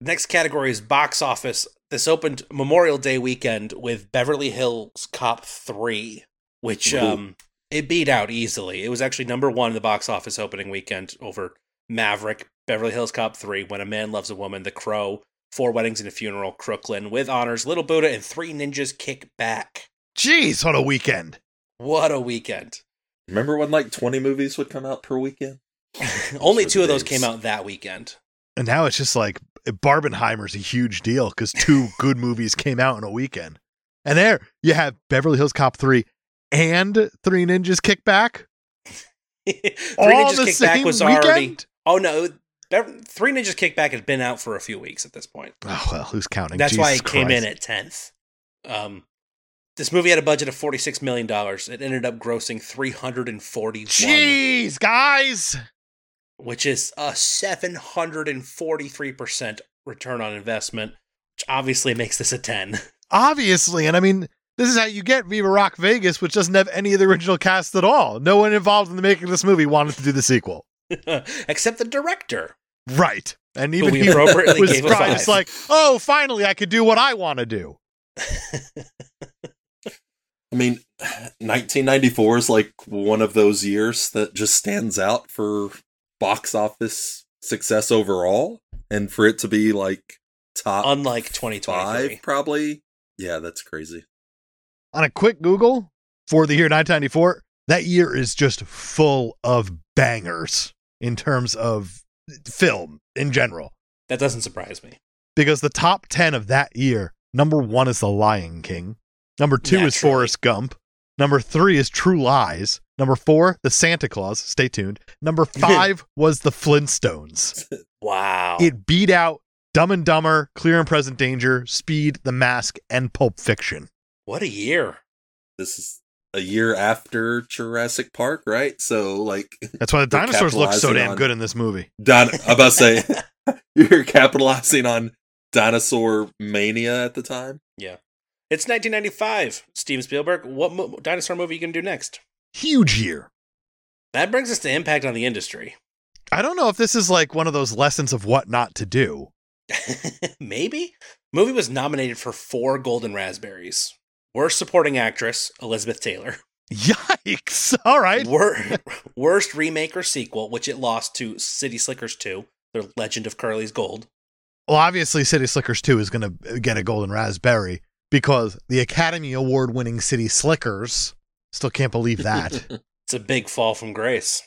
B: Next category is box office. This opened Memorial Day weekend with Beverly Hills Cop 3, which
C: Ooh.
B: um it beat out easily. It was actually number 1 in the box office opening weekend over Maverick, Beverly Hills Cop 3, When a Man Loves a Woman, The Crow, Four Weddings and a Funeral, Crooklyn, With Honors, Little Buddha, and Three Ninjas Kick Back.
A: Jeez, what a weekend.
B: What a weekend.
C: Remember when like 20 movies would come out per weekend?
B: Only
C: were
B: two
C: the
B: of those
C: days.
B: came out that weekend.
A: And now it's just like Barbenheimer's a huge deal because two good movies came out in a weekend. And there you have Beverly Hills Cop 3 and Three Ninjas Kickback.
B: Three
A: all
B: Ninjas
A: the
B: Kick
A: same
B: Back was
A: weekend?
B: already. Oh no, Bev- Three Ninjas Kickback had been out for a few weeks at this point.
A: Oh, well, who's counting?
B: That's why
A: Jesus
B: it came in
A: Christ.
B: at tenth. Um, this movie had a budget of forty six million dollars. It ended up grossing three hundred and forty one,
A: Jeez, guys.
B: which is a seven hundred and forty three percent return on investment, which obviously makes this a ten.
A: Obviously. And I mean, this is how you get Viva Rock Vegas, which doesn't have any of the original cast at all. No one involved in the making of this movie wanted to do the sequel.
B: Except the director,
A: Right. And
B: who
A: even
B: we
A: he
B: appropriately
A: was
B: gave a
A: probably just
B: five.
A: like, oh, finally, I could do what I want to do.
C: I mean, 1994 is like one of those years that just stands out for box office success overall. And for it to be like top
B: unlike twenty twenty
C: five,
B: three.
C: probably. Yeah, that's crazy.
A: on a quick Google for the year 1994, that year is just full of bangers in terms of film in general.
B: That doesn't surprise me.
A: Because the top 10 of that year, number one is The Lion King. Number two is
B: Naturally.
A: Forrest Gump. Number three is True Lies. Number four, The Santa Claus. Stay tuned. Number five was The Flintstones.
B: Wow.
A: It beat out Dumb and Dumber, Clear and Present Danger, Speed, The Mask, and Pulp Fiction.
B: what a year.
C: This is a year after Jurassic Park, right? So, like,
A: That's why the
C: They're
A: dinosaurs look so
C: capitalizing
A: damn
C: on-
A: good in this movie.
C: Don, I'm about to say you're capitalizing on dinosaur mania at the time.
B: It's 1995. Steven Spielberg. What mo- dinosaur movie you gonna do next?
A: Huge year.
B: That brings us to impact on the industry.
A: I don't know if this is like one of those lessons of what not to do.
B: Maybe. Movie was nominated for four Golden Raspberries. Worst supporting actress Elizabeth Taylor.
A: Yikes. All right.
B: Wor- worst remake or sequel, which it lost to City Slickers 2, The Legend of Curly's Gold.
A: Well, obviously, City Slickers 2 is going to get a Golden Raspberry because the Academy Award winning City Slickers. Still can't believe that.
B: It's a big fall from grace. It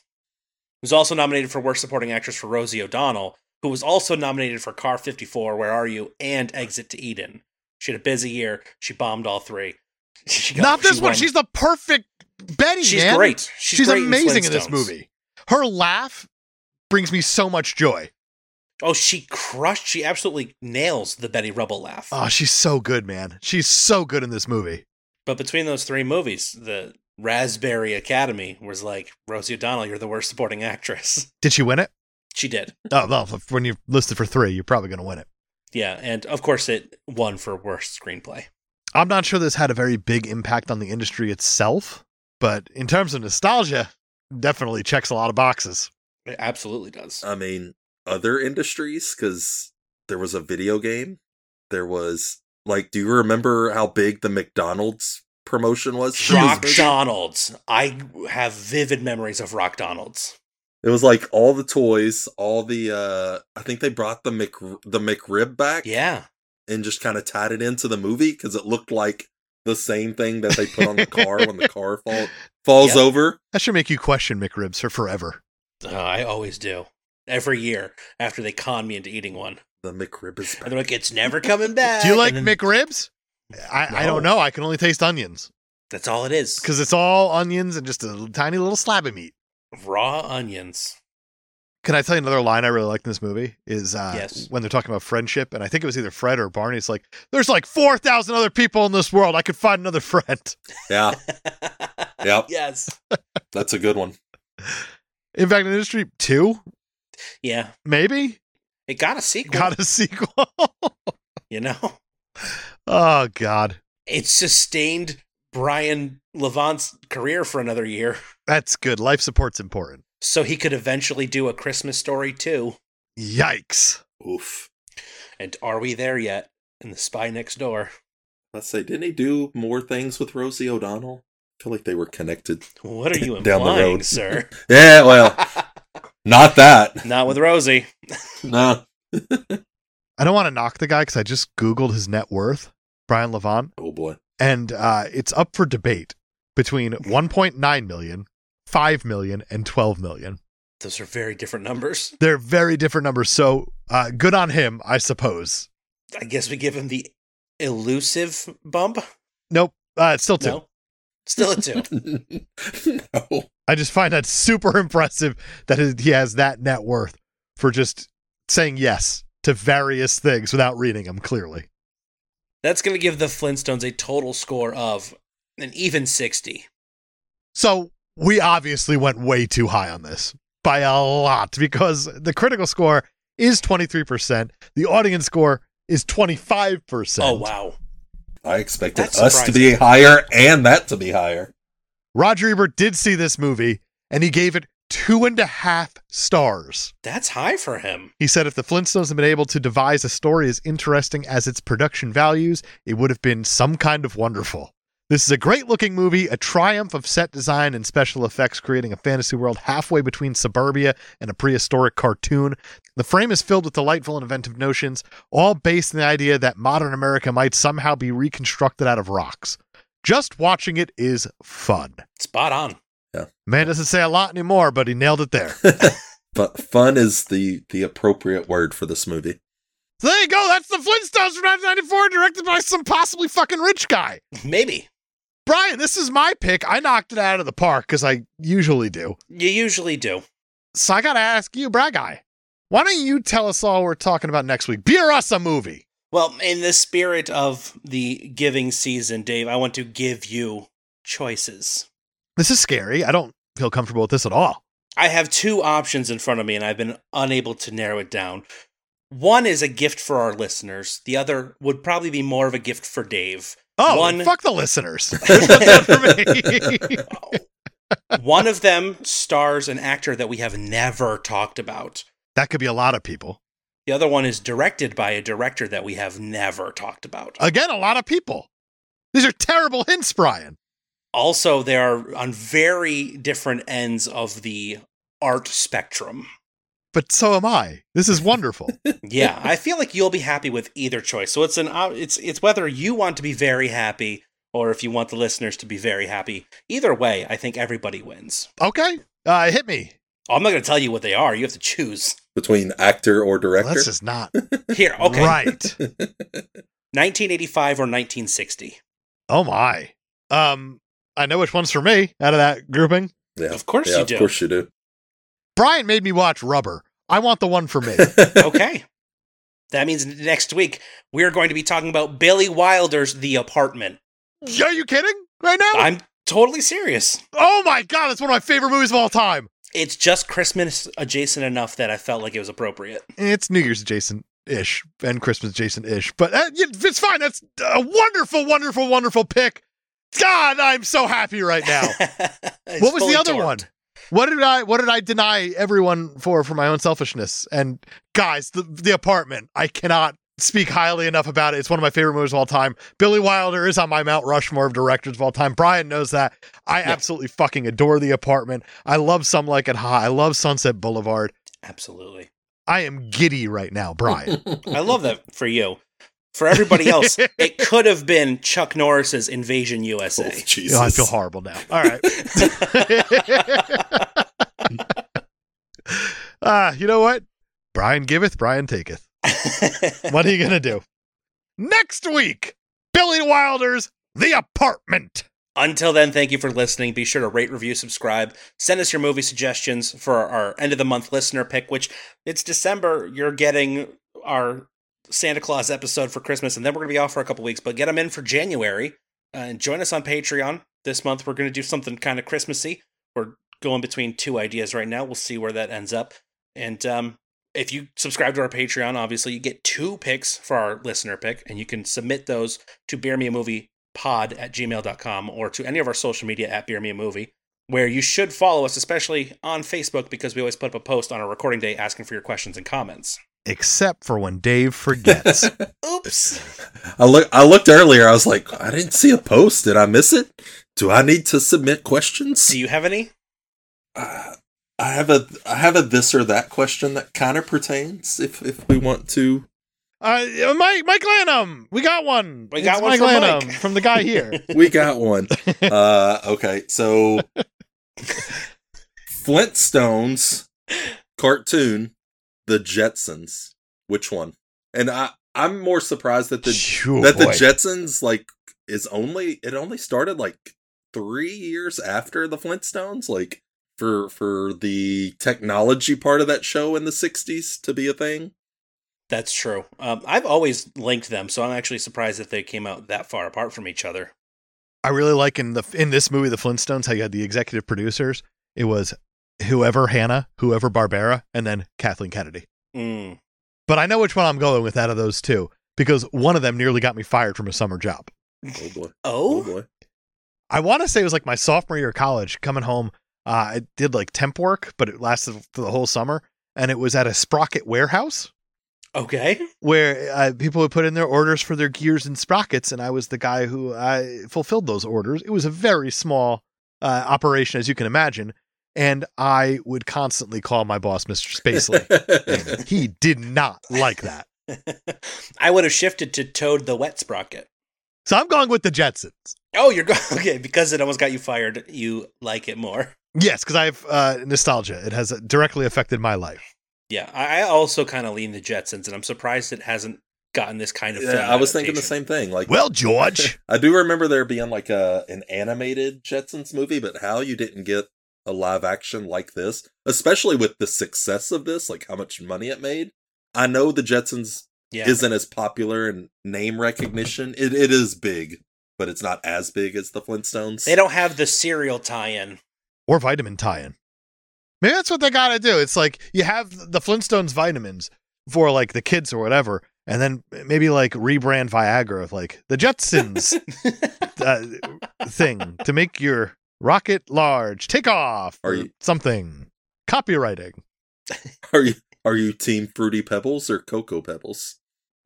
B: was also nominated for worst supporting actress for Rosie O'Donnell, who was also nominated for Car 54, Where Are You, and Exit to Eden. She had a busy year. She bombed all three. She got-
A: not
B: she
A: this one.
B: won.
A: She's the perfect Betty.
B: She's
A: man.
B: great. She's,
A: She's,
B: great
A: amazing in this
B: Flintstones.
A: movie. Her laugh brings me so much joy.
B: Oh, she crushed. She absolutely nails the Betty Rubble laugh.
A: Oh, she's so good, man. She's so good in this movie.
B: but between those three movies, the Raspberry Academy was like, Rosie O'Donnell, you're the worst supporting actress.
A: Did she win it?
B: She did.
A: Oh, well, if- when you're listed for three, you're probably going to win it.
B: Yeah. And of course, it won for worst screenplay.
A: I'm not sure this had a very big impact on the industry itself, but in terms of nostalgia, definitely checks a lot of boxes.
B: It absolutely does.
A: Uh,
C: I mean, other industries, because there was a video game. There was, like, do you remember how big the McDonald's promotion was. for
B: Rock
C: this movie.
B: Donald's. I have vivid memories of Rock Donald's.
C: It was like all the toys, all the uh I think they brought the Mc the McRib back
B: Yeah.
C: and just kind of tied it into the movie cuz it looked like the same thing that they put on the car when the car fall, falls
B: Yep.
C: over.
A: That should make you question McRibs for forever.
B: Uh, I always do. Every year after they con me into eating one.
C: The McRib is
B: And
C: back.
B: they're like, it's never coming back.
A: Do you like
B: And then-
A: McRibs? I, I don't
B: No.
A: know. I can only taste onions
B: That's all it is.
A: because it's all onions and just a tiny little slab of meat.
B: Raw onions.
A: Can I tell you another line I really like in this movie? Is uh,
B: Yes.
A: when they're talking about friendship, and I think it was either Fred or Barney. It's like, there's like 4,000 other people in this world. I could find another friend.
C: Yeah, Yep.
B: Yes.
C: that's a good one.
A: In fact, in Industry 2,
B: Yeah.
A: maybe,
B: It got a sequel.
A: got a sequel.
B: you know?
A: oh, God.
B: It sustained Brian Levant's career for another year.
A: That's good. Life support's important.
B: So he could eventually do a Christmas story too.
A: Yikes.
C: Oof.
B: And are we there yet? In the spy next door.
C: Let's say didn't he do more things with Rosie O'Donnell? I feel like they were connected.
B: What are you implying,
C: Down the road.
B: sir?
C: Yeah, well, not that.
B: Not with Rosie.
C: No.
A: I don't want to knock the guy because I just Googled his net worth, Brian Levant,
C: Oh boy.
A: and uh, it's up for debate between 1.9 million, 5 million, and 12 million.
B: Those are very different numbers.
A: They're very different numbers. So uh, good on him, I suppose.
B: I guess we give him the elusive bump.
A: Nope. Uh, it's still two.
B: No. Still a two.
C: no.
A: I just find that super impressive that his- he has that net worth for just saying yes to various things without reading them clearly.
B: That's going to give the Flintstones a total score of an even 60.
A: So we obviously went way too high on this by a lot because the critical score is 23%, the audience score is 25%.
B: Oh, wow.
C: I expected
B: That's
C: us to be higher and that to be higher.
A: Roger Ebert did see this movie and he gave it two and a half stars.
B: That's high for him.
A: He said if the Flintstones had been able to devise a story as interesting as its production values, it would have been some kind of wonderful. This is a great looking movie, a triumph of set design and special effects, creating a fantasy world halfway between suburbia and a prehistoric cartoon. The frame is filled with delightful and inventive notions, all based on the idea that modern America might somehow be reconstructed out of rocks. Just watching it is fun.
B: Spot on.
A: Man doesn't say a lot anymore, but he nailed it there.
C: But fun is the the appropriate word for this movie.
A: So there you go. That's the Flintstones from 1994, directed by some possibly fucking rich guy.
B: Maybe.
A: Brian, this is my pick. I knocked it out of the park because I usually do.
B: You usually do.
A: So I got to ask you, Brad Guy, why don't you tell us all we're talking about next week? Beer us a movie.
B: Well, in the spirit of the giving season, Dave, I want to give you choices.
A: This is scary. I don't feel comfortable with this at all.
B: I have two options in front of me, and I've been unable to narrow it down. One is a gift for our listeners, the other would probably be more of a gift for Dave.
A: Oh,
B: One-
A: fuck the listeners. There's nothing for me.
B: One of them stars an actor that we have never talked about.
A: that could be a lot of people.
B: The other one is directed by a director that we have never talked about.
A: Again, a lot of people. These are terrible hints, Brian.
B: Also, they are on very different ends of the art spectrum.
A: But so am I. This is wonderful.
B: Yeah, I feel like you'll be happy with either choice. So it's an uh, it's it's whether you want to be very happy or if you want the listeners to be very happy. Either way, I think everybody wins.
A: okay. Uh, hit me.
B: I'm not going to tell you what they are. You have to choose.
C: Between actor or director.
A: Let's just not.
B: Here, okay.
A: Right.
B: 1985 or 1960.
A: Oh my. Um, I know which one's for me out of that grouping.
C: yeah.
B: Of course
C: Yeah,
B: you
C: of
B: do.
C: course you do.
A: Brian made me watch Rubber. I want the one for me.
B: okay. That means next week we're going to be talking about Billy Wilder's The Apartment.
A: Are you kidding right now?
B: I'm totally serious.
A: oh my god, it's one of my favorite movies of all time.
B: It's just Christmas adjacent enough that I felt like it was appropriate.
A: It's New Year's adjacent ish and Christmas adjacent ish, but uh, yeah, it's fine. That's a wonderful, wonderful, wonderful pick. God, I'm so happy right now.
B: It's
A: what was
B: fully
A: the other
B: torqued.
A: one? What did I what did I deny everyone for for my own selfishness? And guys, the the apartment. I cannot speak highly enough about it. It's one of my favorite movies of all time. Billy Wilder is on my Mount Rushmore of directors of all time. Brian knows that. I
B: Yeah.
A: absolutely fucking adore The Apartment. I love Some Like It Hot. I love Sunset Boulevard.
B: Absolutely.
A: I am giddy right now, Brian.
B: I love that for you. For everybody else, it could have been Chuck Norris's Invasion USA.
C: Oh, Jesus.
A: Oh, I feel horrible now. All right. Ah, you know what? Brian giveth, Brian taketh. What are you going to do? Next week, Billy Wilder's The Apartment.
B: Until then, thank you for listening. Be sure to rate, review, subscribe. Send us your movie suggestions for our end of the month listener pick, which it's December. You're getting our Santa Claus episode for Christmas, and then we're going to be off for a couple weeks, but get them in for January. Uh, and join us on Patreon. This month, we're going to do something kind of Christmassy. We're going between two ideas right now. We'll see where that ends up. And um, if you subscribe to our Patreon, obviously, you get two picks for our listener pick, and you can submit those to bear me a movie pod at gmail.com or to any of our social media at Beer Me a Movie, where you should follow us, especially on Facebook, because we always put up a post on our recording day asking for your questions and comments.
A: Except for when Dave forgets.
B: Oops.
C: I look. I looked earlier. I was like, I didn't see a post. Did I miss it? Do I need to submit questions?
B: Do you have any?
C: Uh, I have a. I have a this or that question that kind of pertains. If if we want to,
A: uh, Mike, Mike Lanham. We got one.
B: We got one
A: Mike
B: from
A: Lanham
B: Mike.
A: from the guy here.
C: we got one. Uh, okay, so Flintstones cartoon, The Jetsons. Which one? And I. I'm more surprised that the
A: Phew,
C: that the
A: Oh, boy.
C: Jetsons like is only it only started like three years after the Flintstones, like for for the technology part of that show in the '60s to be a thing.
B: That's true. Um, I've always linked them, so I'm actually surprised that they came out that far apart from each other.
A: I really like in the in this movie, The Flintstones, how you had the executive producers. It was whoever Hannah, whoever Barbara, and then Kathleen Kennedy.
B: Mm.
A: But I know which one I'm going with out of those two because one of them nearly got me fired from a summer job.
C: Oh boy! Oh
B: Oh,
C: boy!
A: I want to say it was like my sophomore year of college coming home. Uh, I did like temp work, but it lasted for the whole summer. And it was at a sprocket warehouse
B: okay.
A: where uh, people would put in their orders for their gears and sprockets. And I was the guy who I fulfilled those orders. It was a very small uh, operation, as you can imagine. And I would constantly call my boss, Mr. Spacely. And he did not like that.
B: I would have shifted to Toad the Wet Sprocket.
A: So I'm going with the Jetsons.
B: Oh, you're going okay because it almost got you fired. You like it more.
A: Yes, because I have uh, nostalgia. It has directly affected my life.
B: Yeah, I I also kind of lean the Jetsons, and I'm surprised it hasn't gotten this kind of. film
C: yeah, I was thinking the
B: adaptation.
C: same thing. Like,
A: Well, George.
C: I do remember there being like a an animated Jetsons movie, but how you didn't get a live action like this, especially with the success of this, like how much money it made. I know the Jetsons
B: Yeah,
C: isn't as popular in name recognition. It it is big, but it's not as big as the Flintstones.
B: they don't have the serial tie-in.
A: or vitamin tie-in. Maybe that's what they gotta do. It's like you have the Flintstones vitamins for like the kids or whatever, and then maybe like rebrand Viagra with like the Jetsons uh, thing to make your rocket large, take off,
C: Are
A: or
C: you-
A: something. Copywriting,
C: Are you are you team Fruity Pebbles or Cocoa Pebbles?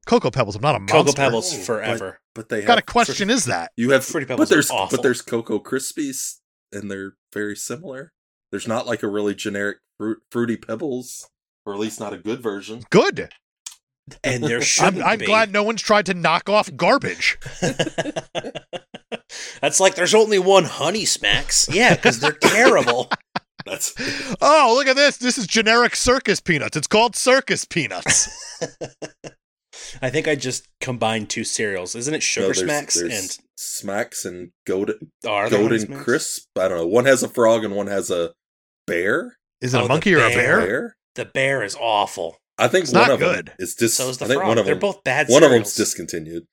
A: Cocoa Pebbles. I'm not a monster.
B: Cocoa Pebbles
C: Oh, but-
B: forever.
C: But they
A: What kind
C: have
A: of question is that?
C: You have
B: Fruity
C: but
B: Pebbles are
C: there's
B: awful.
C: but there's Cocoa Krispies, and they're very similar. There's not like a really generic fruit, Fruity Pebbles, or at least not a good version.
A: Good.
B: and there shouldn't
A: I'm, I'm
B: be.
A: glad no one's tried to knock off garbage.
B: That's like there's only one Honey Smacks. Yeah, because they're terrible.
C: That's
A: Oh, look at this. This is generic circus peanuts. It's called circus peanuts.
B: I think I just combined two cereals. Isn't it Sugar
C: no, there's-
B: Smacks
C: there's Smacks and Golden
B: and are there Honey
C: Golden
B: Smacks?
C: Crisp. I don't know. One has a frog and one has a bear.
A: Is it
B: Oh,
A: a
B: the
A: monkey or a
B: bear.
A: bear?
C: Bear.
B: The bear is awful.
C: I think
A: It's
C: one
A: not
C: of
A: good.
C: them is dis-
B: So is the
C: I think
B: frog.
C: one of
B: they're
C: them,
B: both bad.
C: one of
B: cereals.
C: them's discontinued.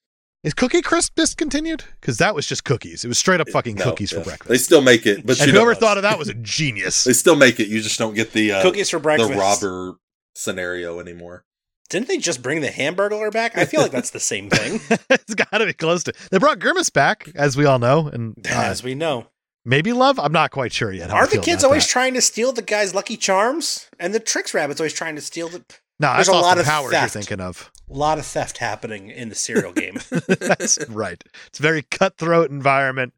A: Is Cookie Crisp discontinued? Because that was just cookies. It was straight up fucking
C: No,
A: cookies
C: yeah.
A: for
C: They
A: breakfast.
C: still make it, but
A: And
C: you don't-
A: whoever thought of that was a genius.
C: they still make it. You just don't get the uh,
B: cookies for
C: the
B: breakfast.
C: robber scenario anymore.
B: Didn't they just bring the hamburger back? I feel like that's the same thing.
A: it's got to be close to. They brought Grimace back, as we all know, and uh,
B: As we know,
A: maybe Love. I'm not quite sure yet. how I
B: Are the
A: feel
B: kids
A: about
B: always
A: that.
B: trying to steal the guy's Lucky Charms? And the Tricks Rabbit's always trying to steal the.
A: No,
B: There's
A: that's
B: a
A: Austin
B: lot of
A: Powers
B: theft.
A: you're thinking of.
B: A lot of theft happening in the cereal game.
A: That's right. It's a very cutthroat environment.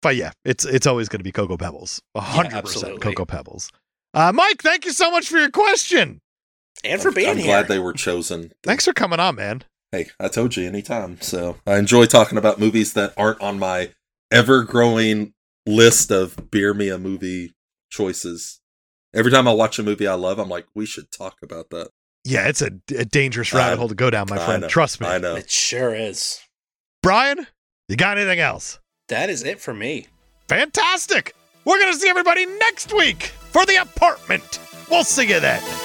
A: But yeah, it's it's always going to be Cocoa Pebbles. A 100%
B: absolutely.
A: Cocoa Pebbles. Uh, Mike, thank you so much for your question.
B: and for being
C: I'm
B: here.
C: glad they were chosen.
A: Thanks for coming on, man.
C: Hey, I told you anytime. So I enjoy talking about movies that aren't on my ever growing list of beer me a movie choices. Every time I watch a movie I love, I'm like, we should talk about that.
A: Yeah, it's a, a dangerous rabbit
B: Uh,
C: I-
A: hole to go down, my
C: I
A: friend.
C: know,
A: Trust me.
C: I know.
B: It sure is.
A: Brian, you got anything else?
B: That is it for me.
A: Fantastic. We're going to see everybody next week for The Apartment. We'll see you then.